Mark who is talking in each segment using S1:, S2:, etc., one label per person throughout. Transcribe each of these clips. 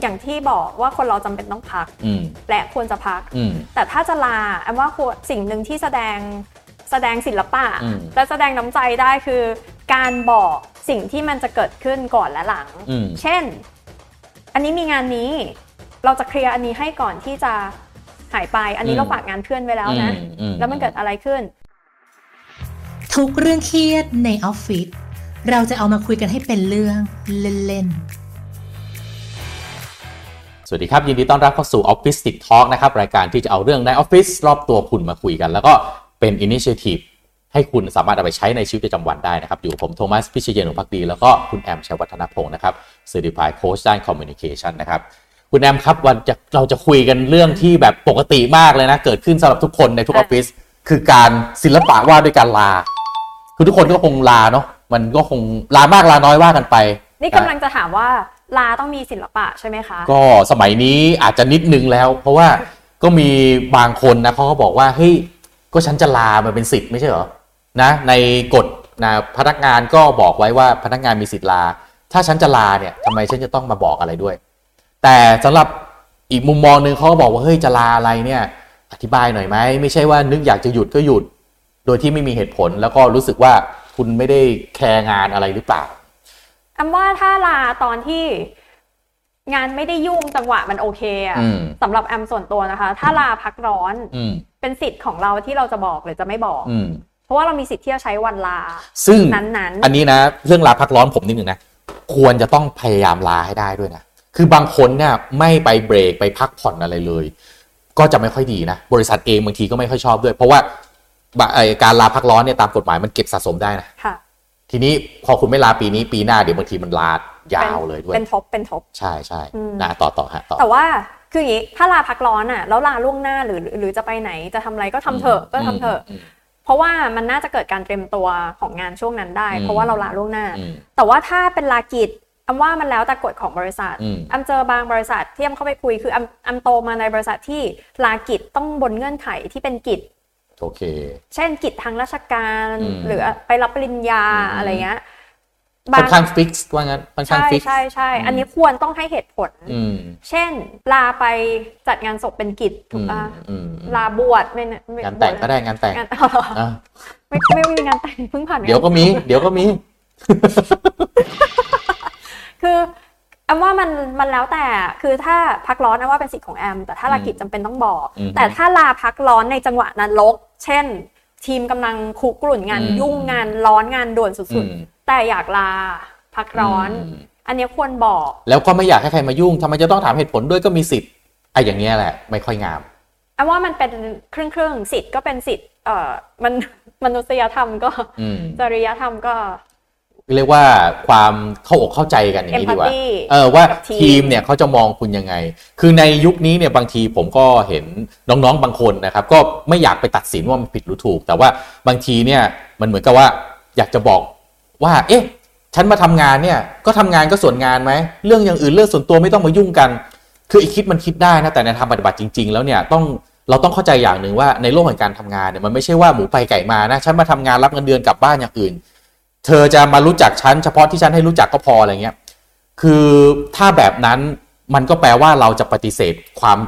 S1: อย่างที่บอกว่าคนเราจำเป็นต้องพัก
S2: อืม
S1: และควรจะพัก
S2: อืม
S1: แต่ถ้าจะลาแอมว่าควรสิ่งหนึ่งที่แสดงแสดงศิลปะ
S2: อืม
S1: และแสดงน้ำใจได้คือ การบอกสิ่งที่มันจะเกิดขึ้นก่อนและหลัง
S2: อืม
S1: เช่น อันนี้มีงานนี้ เราจะเคลียร์อันนี้ให้ก่อนที่จะหายไป อันนี้เราฝากงานเพื่อนไว้แล้วนะ
S2: อืมอื
S1: แล้วมันเกิดอะไรขึ้น
S3: ทุกเรื่องเครียดในออฟฟิศเราจะเอามาคุยกันให้เป็นเรื่องเล่นๆ
S2: สวัสดีครับ ยินดีต้อนรับเข้าสู่ Office Stick Talk นะครับ รายการที่จะเอาเรื่องในออฟฟิศรอบตัวคุณมาคุยกัน แล้วก็เป็น Initiative ให้คุณสามารถเอาไปใช้ในชีวิตประจำวันได้นะครับ อยู่กับผมโทมัสพิชเยนุพักดี แล้วก็คุณแอมชัยวัฒนพงศ์นะครับ Certified Coach ด้าน Communication นะครับ คุณแอมครับวันจะเราจะคุยกันเรื่องที่แบบปกติมากเลยนะ เกิดขึ้นสำหรับทุกคนในทุกอ
S1: ค่ะ
S2: อฟฟิศคือการศิลปะว่าด้วยการลา คือทุกคนก็คงลาเนาะมันก็คงลามากลาน้อยว่ากันไป
S1: นี่กำลังจะถามว่าลาต้องมีศิลปะใช่ไหมคะ
S2: ก็สมัยนี้อาจจะนิดนึงแล้ว เพราะว่าก็มีบางคนนะเขาก็บอกว่าเฮ้ยก็ฉันจะลามันเป็นสิทธิ์ไม่ใช่เหรอนะในกฎนะพนักงานก็บอกไว้ว่าพนักงานมีสิทธิ์ลา ถ้าฉันจะลาเนี่ยทำไมฉันจะต้องมาบอกอะไรด้วย แต่สำหรับอีกมุมมองหนึ่งเขาก็บอกว่าเฮ้ยจะลาอะไรเนี่ย อธิบายหน่อยไหมไม่ใช่ว่านึกอยากจะหยุดก็หยุด โดยที่ไม่มีเหตุผลแล้วก็รู้สึกว่าคุณไม่ได้แคร์งานอะไรหรือเปล่า
S1: แอมว่าถ้าลาตอนที่งานไม่ได้ยุ่งจังหวะมันโอเคอะ
S2: อืม
S1: สำหรับแอมส่วนตัวนะคะ ถ้าลาพักร้อน
S2: อืม
S1: เป็นสิทธิ์ของเราที่เราจะบอกหรือจะไม่บอก
S2: อืม
S1: เพราะว่าเรามีสิทธิ์ที่จะใช้วันลา
S2: ซึ่ง
S1: นั้น
S2: อันนี้นะเรื่องลาพักร้อนผมนิดหนึ่งนะควรจะต้องพยายามลาให้ได้ด้วยนะ คือบางคนเนี่ยไม่ไปเบรกไปพักผ่อนอะไรเลย ก็จะไม่ค่อยดีนะ บริษัทเองบางทีก็ไม่ค่อยชอบด้วย เพราะว่าบะไอ้การลาพักร้อนเนี่ยตามกฎหมายมันเก็บสะสมได้นะ
S1: ๆค่ะ
S2: ทีนี้พอคุณไม่ลาปีนี้ปีหน้าเดี๋ยวบางทีมันลายาวเลยด้วย
S1: เป็นทบเป็นทบ
S2: ใช่ใช่
S1: อืม
S2: นะต่อต่อฮะต่อ
S1: แต่ว่าคืออย่างนี้ถ้าลาพักร้อนอะแล้วลาล่วงหน้าหรือหรือจะไปไหนจะทำอะไรก็ทำเถอะก็ทำเถอะ เพราะว่ามันน่าจะเกิดการเตรียมตัวของงานช่วงนั้นได้
S2: อืม
S1: เพราะว่าเราลาล่วงหน้า
S2: อืม
S1: แต่ว่าถ้าเป็นลากิจแอมว่ามันแล้วแต่กฎของบริษัท
S2: อืม
S1: แอมเจอบางบริษัทที่แอมเข้าไปคุยคือแอมแอมโตมาในบริษัทที่ลากิจต้องบนเงื่อนไขที่เป็นกิจ
S2: โอเค
S1: เช่นกิจทางราชการ
S2: อืม
S1: หรือไปรับปริญญา
S2: อืม
S1: อะไรเงี้ย
S2: ค่อนข้างฟิกซ์ว่างั้นค่อนข้าง
S1: ใช่
S2: ฟิกซ์
S1: ใช่ใช่อันนี้ควรต้องให้เหตุผล
S2: อืม
S1: เช่น ลาไปจัดงานศพเป็นกิจถูกปะ
S2: อืมอืม
S1: ลาบวชไม่ไม่
S2: งานแต่งก็ได้งานแต่ง
S1: งาน
S2: อ่ะ
S1: ไม่ไม่มีงานแต่งเพิ่งผ่าน
S2: เดี๋ยวก็มี เดี๋ยวก็มี
S1: คือแอมว่ามันมันแล้วแต่คือถ้าพักร้อนแอมว่าเป็นสิทธิ์ของแอมแต่ถ้าลากิจจำเป็นต้องบอก
S2: อืม
S1: แต่ถ้าลาพักร้อนในจังหวะนั้นลก เช่น ทีมกำลังคุกรุ่นงาน
S2: อืม
S1: ยุ่งงานร้อนงานด่วนสุด
S2: อืม
S1: ๆ แต่อยากลาพักร้อน
S2: ม
S1: อันเนี้ยควรบอก
S2: แล้วก็ไม่อยากให้ใครมายุ่งทำไมจะต้องถามเหตุผลด้วยก็มีสิทธิ์ไอ้อย่างเงี้ยแหละ ไม่ค่อยงาม
S1: อันว่ามันเป็นครึ่งครึ่งๆสิทธิ์ก็เป็นสิทธิ์เอ่อมัน มนุษยธรรมก็
S2: อืม
S1: จริยธรรมก็
S2: เรียกว่าความเข้าอกเข้าใจกันอย่างนี้ดีกว่า
S1: Empathy
S2: เออว่า
S1: กับทีม
S2: ทีมเนี่ยเขาจะมองคุณยังไง คือในยุคนี้เนี่ยบางทีผมก็เห็นน้องๆบางคนนะครับ ก็ไม่อยากไปตัดสินว่ามันผิดหรือถูก แต่ว่าบางทีเนี่ยมันเหมือนกับว่าอยากจะบอกว่า เอ๊ะ ฉันมาทำงานเนี่ยก็ทำงานก็ส่วนงานไหมเรื่องอย่างอื่นเรื่องส่วนตัวไม่ต้องมายุ่งกัน คือไอีกคิดมันคิดได้นะแต่ในทางปฏิบัติจริง ๆ แล้วเนี่ยต้องเราต้องเข้าใจอย่างหนึ่งว่าในโลกแห่งการทำงานเนี่ยมันไม่ใช่ว่าหมูไปไก่มานะฉันมาทำงานรับเงินเดือนกลับบ้านอย่างอื่น เธอจะมารู้จักฉันเฉพาะที่ฉันให้รู้จักก็พออะไรเงี้ยคือถ้าแบบนั้นมันก็แปลว่าเราจะปฏิเสธความ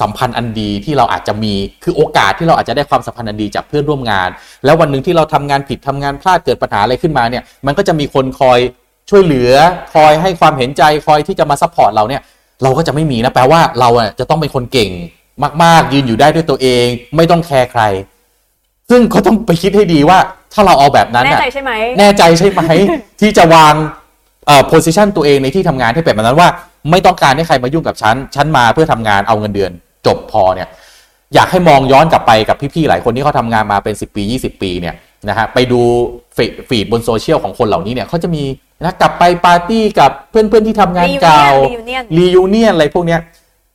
S2: สัมพันธ์อันดีที่เราอาจจะมีคือโอกาสที่เราอาจจะได้ความสัมพันธ์อันดีจากเพื่อนร่วมงาน แล้ววันหนึ่งที่เราทำงานผิดทำงานพลาดเกิดปัญหาอะไรขึ้นมาเนี่ยมันก็จะมีคนคอยช่วยเหลือ คอยให้ความเห็นใจคอยที่จะมาซัพพอร์ตเราเนี่ย เราก็จะไม่มีนะแปลว่าเราอะจะต้องเป็นคนเก่งมาก ๆ ยืนอยู่ได้ด้วยตัวเอง ไม่ต้องแคร์ใคร ซึ่งก็ต้องไปคิดให้ดีว่า ถ้าเราเอาแบบนั้น
S1: แน่
S2: อะ
S1: ใจใช่ไหม
S2: แน่ใจใช่ไหม ที่จะวางเอ่อ position ตัวเองในที่ทำงานให้เป็นแบบนั้นว่า ไม่ต้องการให้ใครมายุ่งกับฉัน ฉันมาเพื่อทำงานเอาเงินเดือน จบพอเนี่ย อยากให้มองย้อนกลับไปกับพี่ ๆ หลายคนที่เขาทำงานมาเป็น 10 ปี 20 ปีเนี่ยนะฮะไปดูฟีดฟีดบนโซเชียลของคนเหล่านี้เนี่ยเขาจะมีนะกลับไปปาร์ตี้กับเพื่อน ๆ ที่ทำงานเก่า
S1: Reunion
S2: รียูเนียนอะไรพวกเนี้ย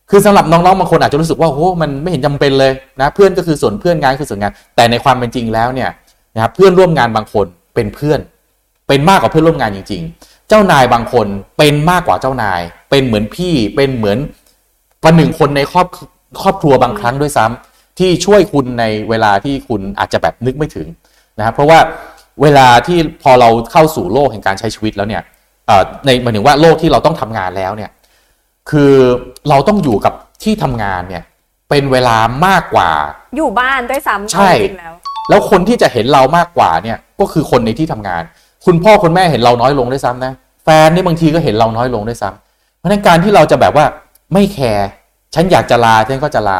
S2: คือสำหรับน้องๆบางคนอาจจะรู้สึกว่าโอ้โหมันไม่เห็นจำเป็นเลยนะเพื่อนก็คือส่วนเพื่อนงานคือส่วนงาน แต่ในความเป็นจริงแล้วเนี่ยนะครับเพื่อนร่วมงานบางคนเป็นเพื่อน เป็นมากกว่าเพื่อนร่วมงานจริง ๆ เจ้านายบางคนเป็นมากกว่าเจ้านาย เป็นเหมือนพี่เป็นเหมือนประหนึ่งคนในครอบครอบครัวบางครั้งด้วยซ้ำที่ช่วยคุณในเวลาที่คุณอาจจะแบบนึกไม่ถึงนะครับเพราะว่าเวลาที่พอเราเข้าสู่โลกแห่งการใช้ชีวิตแล้วเนี่ยเอ่อในหมายถึงว่าโลกที่เราต้องทำงานแล้วเนี่ย คือเราต้องอยู่กับที่ทำงานเนี่ยเป็นเวลามากกว่า
S1: อยู่บ้านด้วยซ้ำ
S2: ใช่
S1: เอาจริงๆแล้ว
S2: แล้วคนที่จะเห็นเรามากกว่าเนี่ยก็คือคนในที่ทำงาน คุณพ่อคุณแม่เห็นเราน้อยลงด้วยซ้ำนะแฟนนี่บางทีก็เห็นเราน้อยลงด้วยซ้ำเพราะฉะนั้นการที่เราจะแบบว่าไม่แคร์ฉันอยากจะลาฉันก็จะลา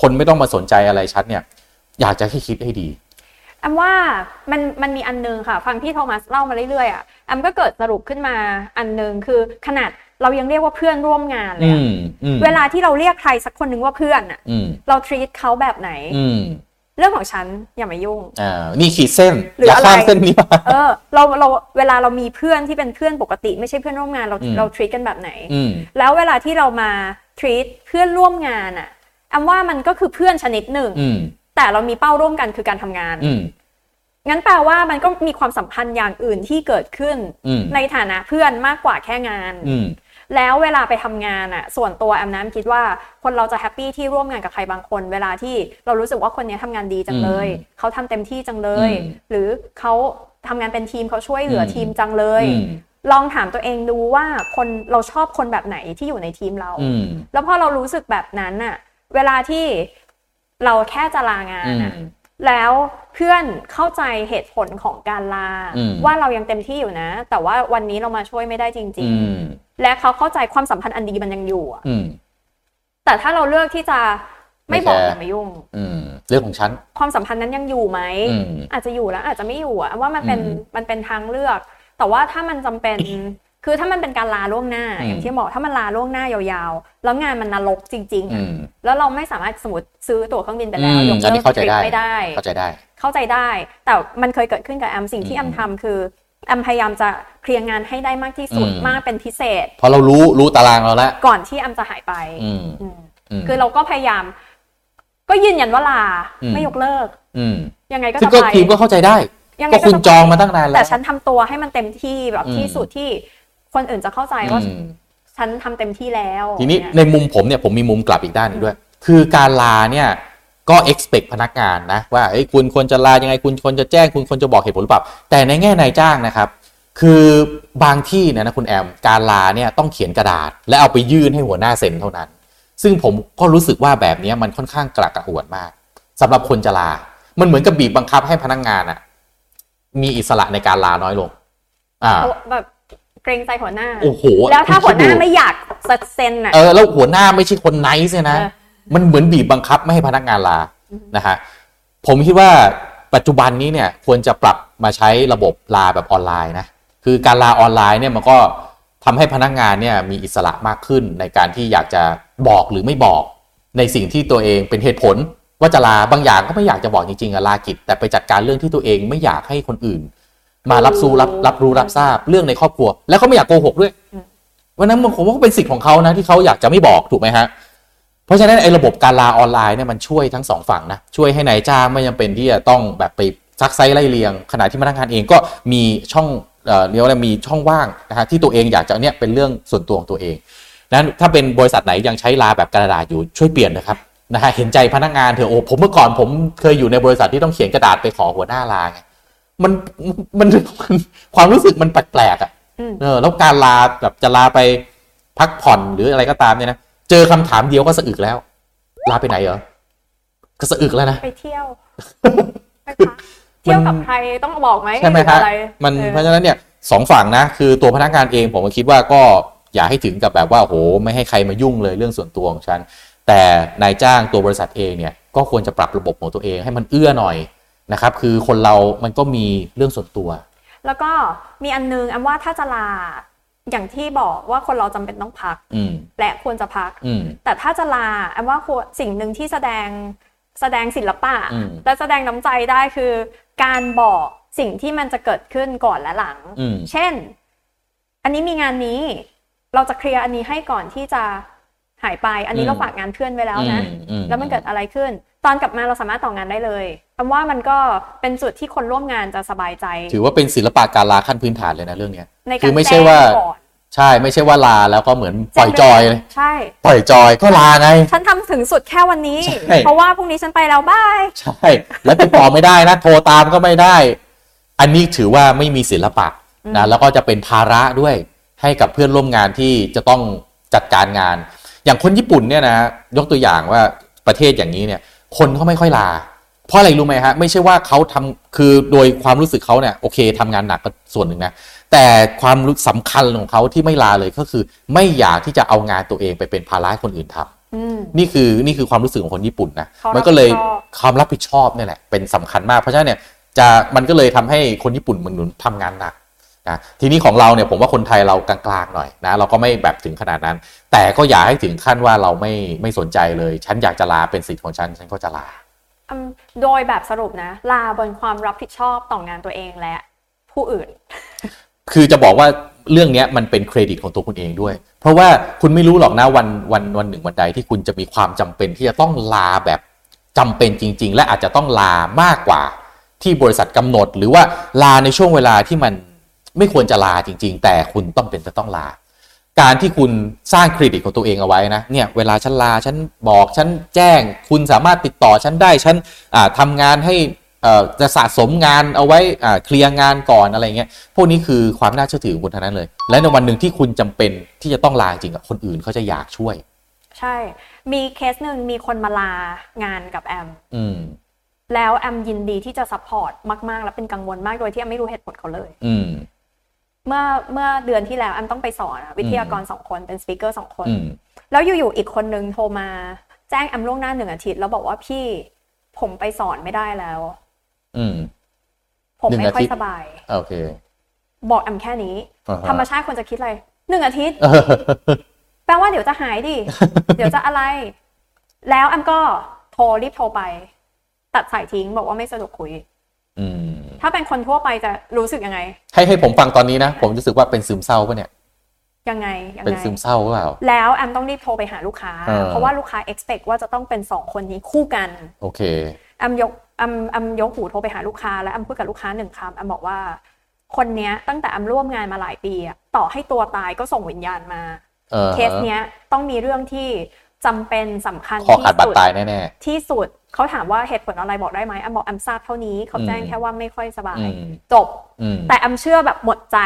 S2: คนไม่ต้องมาสนใจอะไรฉันเนี่ย อยากจะให้คิดให้ดี
S1: แอมว่ามันมันมีอันนึงค่ะ ฟังพี่โทมัสเล่ามาเรื่อยๆอ่ะแอมก็เกิดสรุปขึ้นมาอันนึงคือขนาดเรายังเรียกว่าเพื่อนร่วมงานเลย
S2: อื
S1: อะ
S2: มอืม
S1: เวลาที่เราเรียกใครสักคนหนึ่งว่าเพื่อนอ่ะ
S2: อืม
S1: เราทรีตเขาแบบไหน
S2: อืม
S1: เรื่องของฉันอย่ามายุ่ง
S2: อ่านี่ขีดเส้น
S1: หรือ
S2: อ
S1: อ
S2: ย่าข้ามเส้นนี้มา
S1: เออเราเราเวลาเรามีเพื่อนที่เป็นเพื่อนปกติ ไม่ใช่เพื่อนร่วมงานเรา
S2: อืม
S1: เราทรีตกันแบบไหน
S2: อืม
S1: แล้วเวลาที่เรามาทรีตเพื่อนร่วมงานอ่ะแอมว่ามันก็คือเพื่อนชนิดหนึ่ง
S2: อืม
S1: แต่เรามีเป้าร่วมกันคือการทำงาน
S2: อืม
S1: งั้นแปลว่ามันก็มีความสัมพันธ์อย่างอื่นที่เกิดขึ้น
S2: อืม
S1: ในฐานะเพื่อนมากกว่าแค่งาน
S2: อืม
S1: แล้วเวลาไปทำงานอะส่วนตัวแอมน้ำคิดว่าคนเราจะแฮปปี้ที่ร่วมงานกับใครบางคน เวลาที่เรารู้สึกว่าคนเนี้ยทำงานดีจังเลย
S2: อืม
S1: เขาทำเต็มที่จังเลย
S2: อืม
S1: หรือเขาทำงานเป็นทีมเขาช่วยเหลืออ
S2: ม
S1: ทีมจังเลย
S2: อืม
S1: ลองถามตัวเองดูว่าคนเราชอบคนแบบไหนที่อยู่ในทีมเรา
S2: อืม
S1: แล้วพอเรารู้สึกแบบนั้นอะเวลาที่เราแค่จะลางานอะ แล้วเพื่อนเข้าใจเหตุผลของการลา
S2: อืม
S1: ว่าเรายังเต็มที่อยู่นะ แต่ว่าวันนี้เรามาช่วยไม่ได้จริ
S2: อื
S1: ง
S2: ม
S1: ๆ และเขาเข้าใจความสัมพันธ์อันดีมันยังอยู่อะ
S2: อืม
S1: แต่ถ้าเราเลือกที่จะไม่
S2: ไม่
S1: บอก
S2: แชร์
S1: อย่ามายุ่ง
S2: อืมเรื่องของฉัน
S1: ความสัมพันธ์นั้นยังอยู่ไหม
S2: อืม
S1: อาจจะอยู่แล้วอาจจะไม่อยู่อะว่ามันเป็น
S2: อืม
S1: มันเป็นทางเลือก แต่ว่าถ้ามันจำเป็น คือถ้ามันเป็นการลาล่วงหน้า
S2: อืม
S1: อย่างที่บอกถ้ามันลาล่วงหน้ายาวๆ แล้วงานมันนรกจริงๆ
S2: อื
S1: อะ
S2: ม
S1: แล้วเราไม่สามารถสมมติซื้อตั๋วเครื่องบินไปแล้ว
S2: อืม
S1: ยก
S2: อันนี้
S1: เลิก
S2: เข้าใจ
S1: ทริป
S2: ได้
S1: ไม่ได้
S2: เข้าใจได้
S1: เข้าใจได้ แต่มันเคยเกิดขึ้นกับแอมสิ่งที่
S2: อื
S1: แอ
S2: ม
S1: มทำคือแอมพยายามจะเคลียร์งานให้ได้มากที่สุด
S2: อืม
S1: มากเป็นพิเศษ
S2: เพราะเรารู้รู้ตารางเราแล้ว
S1: ก่อนที่แอมจะหายไป
S2: อืม
S1: อืม
S2: ม
S1: คือเราก็พยายาม ก็ยืนยันว่าลา
S2: อืม
S1: ไม่ยกเลิก
S2: อืม
S1: ยังไงก็
S2: ซึ่ง
S1: จะ
S2: ก็
S1: ไป
S2: ทีมก็เข้าใจได้
S1: ยังไง
S2: ก็
S1: ก็
S2: คุณ
S1: จะ
S2: จ
S1: ไป
S2: องมาตั้งนานแล้ว
S1: แต่ฉันทำตัวให้มันเต็มที่แบบ
S2: อืม
S1: ที่สุดที่คนอื่นจะเข้าใจว่า
S2: อืม
S1: ฉันทำเต็มที่แล้ว
S2: ทีนี้
S1: เนี่ย
S2: ในมุมผมเนี่ยผมมีมุมกลับอีกด้านหนึงด้วย คือการลาเนี่ยก็ expect พนักงานนะ ว่าเอ้ยคุณควรจะลายังไงคุณควรจะแจ้งคุณควรจะบอกเหตุผลหรือเปล่า แต่ในแง่นายจ้างนะครับ คือบางที่เนยนะคุณแอมการลาเนี่ยต้องเขียนกระดาษ และเอาไปยื่นให้หัวหน้าเซ็นเท่านั้น ซึ่งผมก็รู้สึกว่าแบบเนี้ยมันค่อนข้างกระกระอ่วนมากสำหรับคนจะลา มันเหมือนกับบีบบังคับให้พนักงานอะมีอิสระในการลาน้อยลง อ่า
S1: เพราะแบบเกรงใจหัวหน้า
S2: โอ้โห
S1: แล้วถ้า
S2: คุ
S1: หัว
S2: ณ
S1: ห
S2: คิด
S1: น้า
S2: ดู
S1: ไม่อยากเซ็นอ่ะ
S2: เออแล้วหัวหน้าไม่ใช่คนไนซ์เนี่ยนะ
S1: เออ
S2: มันเหมือนบีบบังคับไม่ให้พนักงานลานะฮะผมคิดว่าปัจจุบันนี้เนี่ยควรจะปรับมาใช้ระบบลาแบบออนไลน์นะคือการลาออนไลน์เนี่ยมันก็ทำให้พนักงานเนี่ยมีอิสระมากขึ้นในการที่อยากจะบอกหรือไม่บอก ในสิ่งที่ตัวเองเป็นเหตุผล ว่าจะลาบางอย่างก็ไม่อยากจะบอกจริงๆอะลากิจ แต่ไปจัดการเรื่องที่ตัวเองไม่อยากให้คนอื่น มารับรู้รับรับรู้รับทราบเรื่องในครอบครัว แล้วก็ไม่อยากโกหกด้วย วันนั้นมันผมว่าก็เป็นสิทธิ์ของเขานะที่เขาอยากจะไม่บอกถูกไหมฮะ เพราะฉะนั้นไอ้ระบบการลาออนไลน์เนี่ยมันช่วยทั้งสองฝั่งนะช่วยให้นายจ้างไม่จำเป็นที่จะต้องแบบไปซักไซไล่เลียง ขณะที่พนักงานเองก็มีช่องเอ่อเรียกว่าอะไรมีช่องว่างนะฮะที่ตัวเองอยากจะเอาเนี่ยเป็นเรื่องส่วนตัวของตัวเองนั้นถ้าเป็นบริษัทไหนยังใช้ลาแบบกระดาษอยู่ช่วยเปลี่ยนนะครับนะฮะเห็นใจพนักงานเถอะโอ้ผมเมื่อก่อนผมเคยอยู่ในบริษัทที่ต้องเขียนกระดาษไปขอหัวหน้าลาไงมันมันมันความรู้สึกมันแปลกๆอ่ะ เออแล้วการลาแบบจะลาไปพักผ่อนหรืออะไรก็ตามเนี่ยนะเจอคำถามเดียวก็สะอึกแล้ว ลาไปไหนเหรอก็สะอึกแล้วนะ
S1: ไปเที่ยว ไปพักเที่ยวกับใครต้องบอกไหม
S2: ใช่ไหม
S1: รือ
S2: ฮะ
S1: อะไร
S2: มัน
S1: เออ
S2: เพราะฉะนั้นเนี่ยสองฝั่งนะคือตัวพนักงานเองผมก็คิดว่าก็อย่าให้ถึงกับแบบว่าโอ้โหไม่ให้ใครมายุ่งเลยเรื่องส่วนตัวของฉัน แต่นายจ้างตัวบริษัทเองเนี่ยก็ควรจะปรับระบบของตัวเองให้มันเอื้อหน่อยนะครับ คือคนเรามันก็มีเรื่องส่วนตัว
S1: แล้วก็มีอันนึงอันว่าถ้าจะลาอย่างที่บอกว่าคนเราจำเป็นต้องพัก
S2: อืม
S1: และควรจะพัก
S2: อืม
S1: แต่ถ้าจะลาอันว่าควรสิ่งหนึ่งที่แสดงแสดงศิลปะ
S2: อืม
S1: และแสดงน้ำใจได้คือ การบอกสิ่งที่มันจะเกิดขึ้นก่อนและหลัง
S2: อืม
S1: เช่น อันนี้มีงานนี้ เราจะเคลียร์อันนี้ให้ก่อนที่จะหายไป อันนี้
S2: อืม
S1: เราฝากงานเพื่อนไว้แล้วนะ
S2: อือื
S1: แล้วมันเกิดอะไรขึ้น ตอนกลับมาเราสามารถต่องานได้เลยคำว่ามันก็เป็นจุดที่คนร่วมงานจะสบายใจ
S2: ถือว่าเป็นศิลปะการลาขั้นพื้นฐานเลยนะเรื่องเนี้ย
S1: ใน
S2: คื
S1: การ
S2: อไม่ใช่
S1: แจ้ง
S2: ว่า
S1: ก่อน
S2: ใช่ไม่ใช่ว่าลาแล้วก็เหมือนปล่อยจอยเลย
S1: ใช่
S2: ปล่อยจอยก็ลาไง
S1: ฉันทำถึงสุดแค่วันนี้
S2: ใช่
S1: เพราะว่าพรุ่งนี้ฉันไปแล้วบาย
S2: ใช่ แล้วติดต่อไม่ได้นะ โทรตามก็ไม่ได้ อันนี้ถือว่าไม่มีศิลปะนะแล้วก็จะเป็นภาระด้วยให้กับเพื่อนร่วมงานที่จะต้องจัดการงาน อย่างคนญี่ปุ่นเนี่ยนะยกตัวอย่างว่าประเทศอย่างนี้เนี่ย คนเขาไม่ค่อยลา เพราะอะไรรู้ไหมฮะไม่ใช่ว่าเขาทำคือโดยความรู้สึกเขาเนี่ยโอเคทำงานหนักก็ส่วนหนึ่งนะ แต่ความรู้สำคัญของเขาที่ไม่ลาเลยก็คือ ไม่อยากที่จะเอางานตัวเองไปเป็นภาระให้คนอื่นทำ
S1: อืม
S2: นี่คือนี่คือความรู้สึกของคนญี่ปุ่นนะ
S1: เขามั
S2: มันก็เลย
S1: รับผิดชอบ
S2: ความรับผิดชอบเนี่ยแหละเป็นสำคัญมาก เพราะฉะนั้นเนี่ยจะมันก็เลยทำให้คนญี่ปุ่นเหมือนหนุนทำงานหนักนะทีนี้ของเราเนี่ยผมว่าคนไทยเรากลางๆหน่อยนะเราก็ไม่แบบถึงขนาดนั้น แต่ก็อย่าให้ถึงขั้นว่าเราไม่ไม่สนใจเลย ฉันอยากจะลาเป็นสิทธิ์ของฉันฉันก็จะลา
S1: อืมโดยแบบสรุปนะ ลาบนความรับผิดชอบต่องานตัวเองและผู้อื่น
S2: คือจะบอกว่าเรื่องเนี้ยมันเป็นเครดิตของตัวคุณเองด้วย เพราะว่าคุณไม่รู้หรอกนะวันวันวันหนึ่งวันใดที่คุณจะมีความจำเป็นที่จะต้องลาแบบจำเป็นจริง ๆ และอาจจะต้องลามากกว่าที่บริษัทกำหนด หรือว่าลาในช่วงเวลาที่มันไม่ควรจะลาจริง ๆ แต่คุณต้องเป็นจะต้องลา การที่คุณสร้างเครดิตของตัวเองเอาไว้นะเนี่ยเวลาฉันลาฉันบอกฉันแจ้ง คุณสามารถติดต่อฉันได้ฉันอ่าทำงานให้เอ่อจะสะสมงานเอาไว้อ่าเคลียร์งานก่อนอะไรเงี้ยพวกนี้คือความน่าเชื่อถือของคุณทั้งนั้นเลย และในวันหนึ่งที่คุณจำเป็นที่จะต้องลาจริงอะคนอื่นเขาจะอยากช่วย
S1: ใช่ มีเคสหนึ่งมีคนมาลางานกับแอม
S2: อืม
S1: แล้วแอมยินดีที่จะซัพพอร์ตมาก ๆ และเป็นกังวลมากโดยที่แอมไม่รู้เหตุผลเขาเลย
S2: อืม
S1: เมื่อเมื่อเดือนที่แล้วแอมต้องไปสอนอะวิทยากรสองคนเป็นสปีกเกอร์สองคน
S2: อืม
S1: แล้วอยู่ๆอีกคนนึงโทรมา แจ้งแอมล่วงหน้าหนึ่งอาทิตย์แล้วบอกว่าพี่ผมไปสอนไม่ได้แล้ว
S2: อืม
S1: ผม
S2: หนึ่ง
S1: ไม่ค่อ
S2: อาทิ
S1: ย
S2: ตย์
S1: สบาย
S2: โอเค
S1: บอกแอมแค่นี้
S2: อ่าฮะ
S1: ธรรมชาติควรจะคิดอะไรหนึ่งอาทิตย์
S2: เออ
S1: แปลว่าเดี๋ยวจะหายดิ เดี๋ยวจะอะไร แล้วแอมก็โทรรีบโทรไป ตัดสายทิ้งบอกว่าไม่สะดวกคุย
S2: อืม
S1: ถ้าเป็นคนทั่วไปจะรู้สึกยังไง
S2: ให้ให้ผมฟังตอนนี้นะ ผมรู้สึกว่าเป็นซึมเศร้าปะเนี่ย
S1: ยังไงยัง
S2: เป็น
S1: ไง
S2: ซึมเศร้าหรือเปล่า
S1: แล้วแอมต้องรีบโทรไปหาลูกค้า
S2: เออ
S1: เพราะว่าลูกค้า expect ว่าจะต้องเป็นสองคนนี้คู่กัน
S2: โอเค
S1: แอมยกแอมแอมยกหูโทรไปหาลูกค้า แล้วแอมพูดกับลูกค้าหนึ่งคำแอมบอกว่า คนเนี้ยตั้งแต่แอมร่วมงานมาหลายปีอะต่อให้ตัวตายก็ส่งวิญญาณมา
S2: เออ
S1: เคสเนี้ยต้องมีเรื่องที่จำเป็นสำคัญ
S2: คอ
S1: ที่
S2: ขาดบาด
S1: สุด
S2: ตายแน่
S1: ที่สุดเขาถามว่าเหตุผลอะไรบอกได้ไหมแอมบอกแอมทราบเท่านี้เขาแจ้ง
S2: อืม
S1: แค่ว่าไม่ค่อยส
S2: ๆ
S1: บาย
S2: อืม
S1: จบ
S2: อืม
S1: แต่แอมเชื่อแบบหมดใจ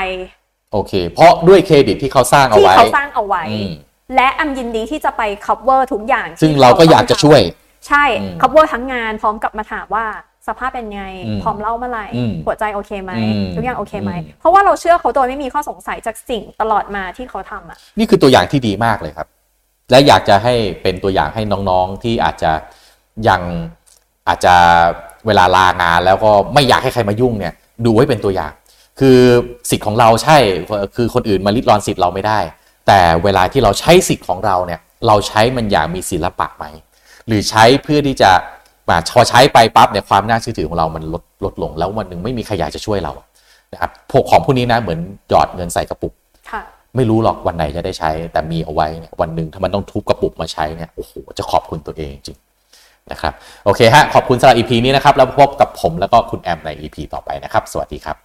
S2: โอเค เพราะด้วยเครดิตที่เขาสร้างเอา
S1: ที่
S2: ไว้
S1: เขาสร้างเอาไว้
S2: อืม
S1: และแอมยินดีที่จะไป cover ทุกอย่างที่
S2: ซึ่งเราก็อยากจะช่วย
S1: ใช่
S2: อืม
S1: cover ทั้งงานพร้อมกับมาถามว่าสภาพเป็นไง
S2: อืม
S1: พร้อมเล่าเมื่อไหร่
S2: อืม
S1: หัวใจโอเคไหม
S2: อืม
S1: ทุกอย่างโอเคไหม
S2: อืม
S1: เพราะว่าเราเชื่อเขาโดยไม่มีข้อสงสัยจากสิ่งตลอดมาที่เขาทำอ่ะ
S2: นี่คือตัวอย่างที่ดีมากเลยครับ และอยากจะให้เป็นตัวอย่างให้น้องๆที่อาจจะยังอาจจะเวลาลางานแล้วก็ไม่อยากให้ใครมายุ่งเนี่ย ดูไว้เป็นตัวอย่าง คือสิทธิ์ของเราใช่ คือคนอื่นมาลิดรอนสิทธิ์เราไม่ได้ แต่เวลาที่เราใช้สิทธิ์ของเราเนี่ย เราใช้มันอย่างมีศิลปะไหม หรือใช้เพื่อที่จะอ่าพอใช้ไปปั๊บเนี่ยความน่าเชื่อถือของเรามันลดลดลง แล้ววันหนึ่งไม่มีใครอยากจะช่วยเรานะครับพวกของพวกนี้นะเหมือนหยอดเงินใส่กระปุก
S1: ค่ะ
S2: ไม่รู้หรอกวันไหนจะได้ใช้ แต่มีเอาไว้เนี่ยวันหนึ่งถ้ามันต้องทุบกระปุกมาใช้เนี่ยโอ้โหจะขอบคุณตัวเองจริงนะครับ โอเคฮะ ขอบคุณสำหรับ EP นี้นะครับ แล้วพบกับผมแล้วก็คุณแอมใน EP ต่อไปนะครับ สวัสดีครับ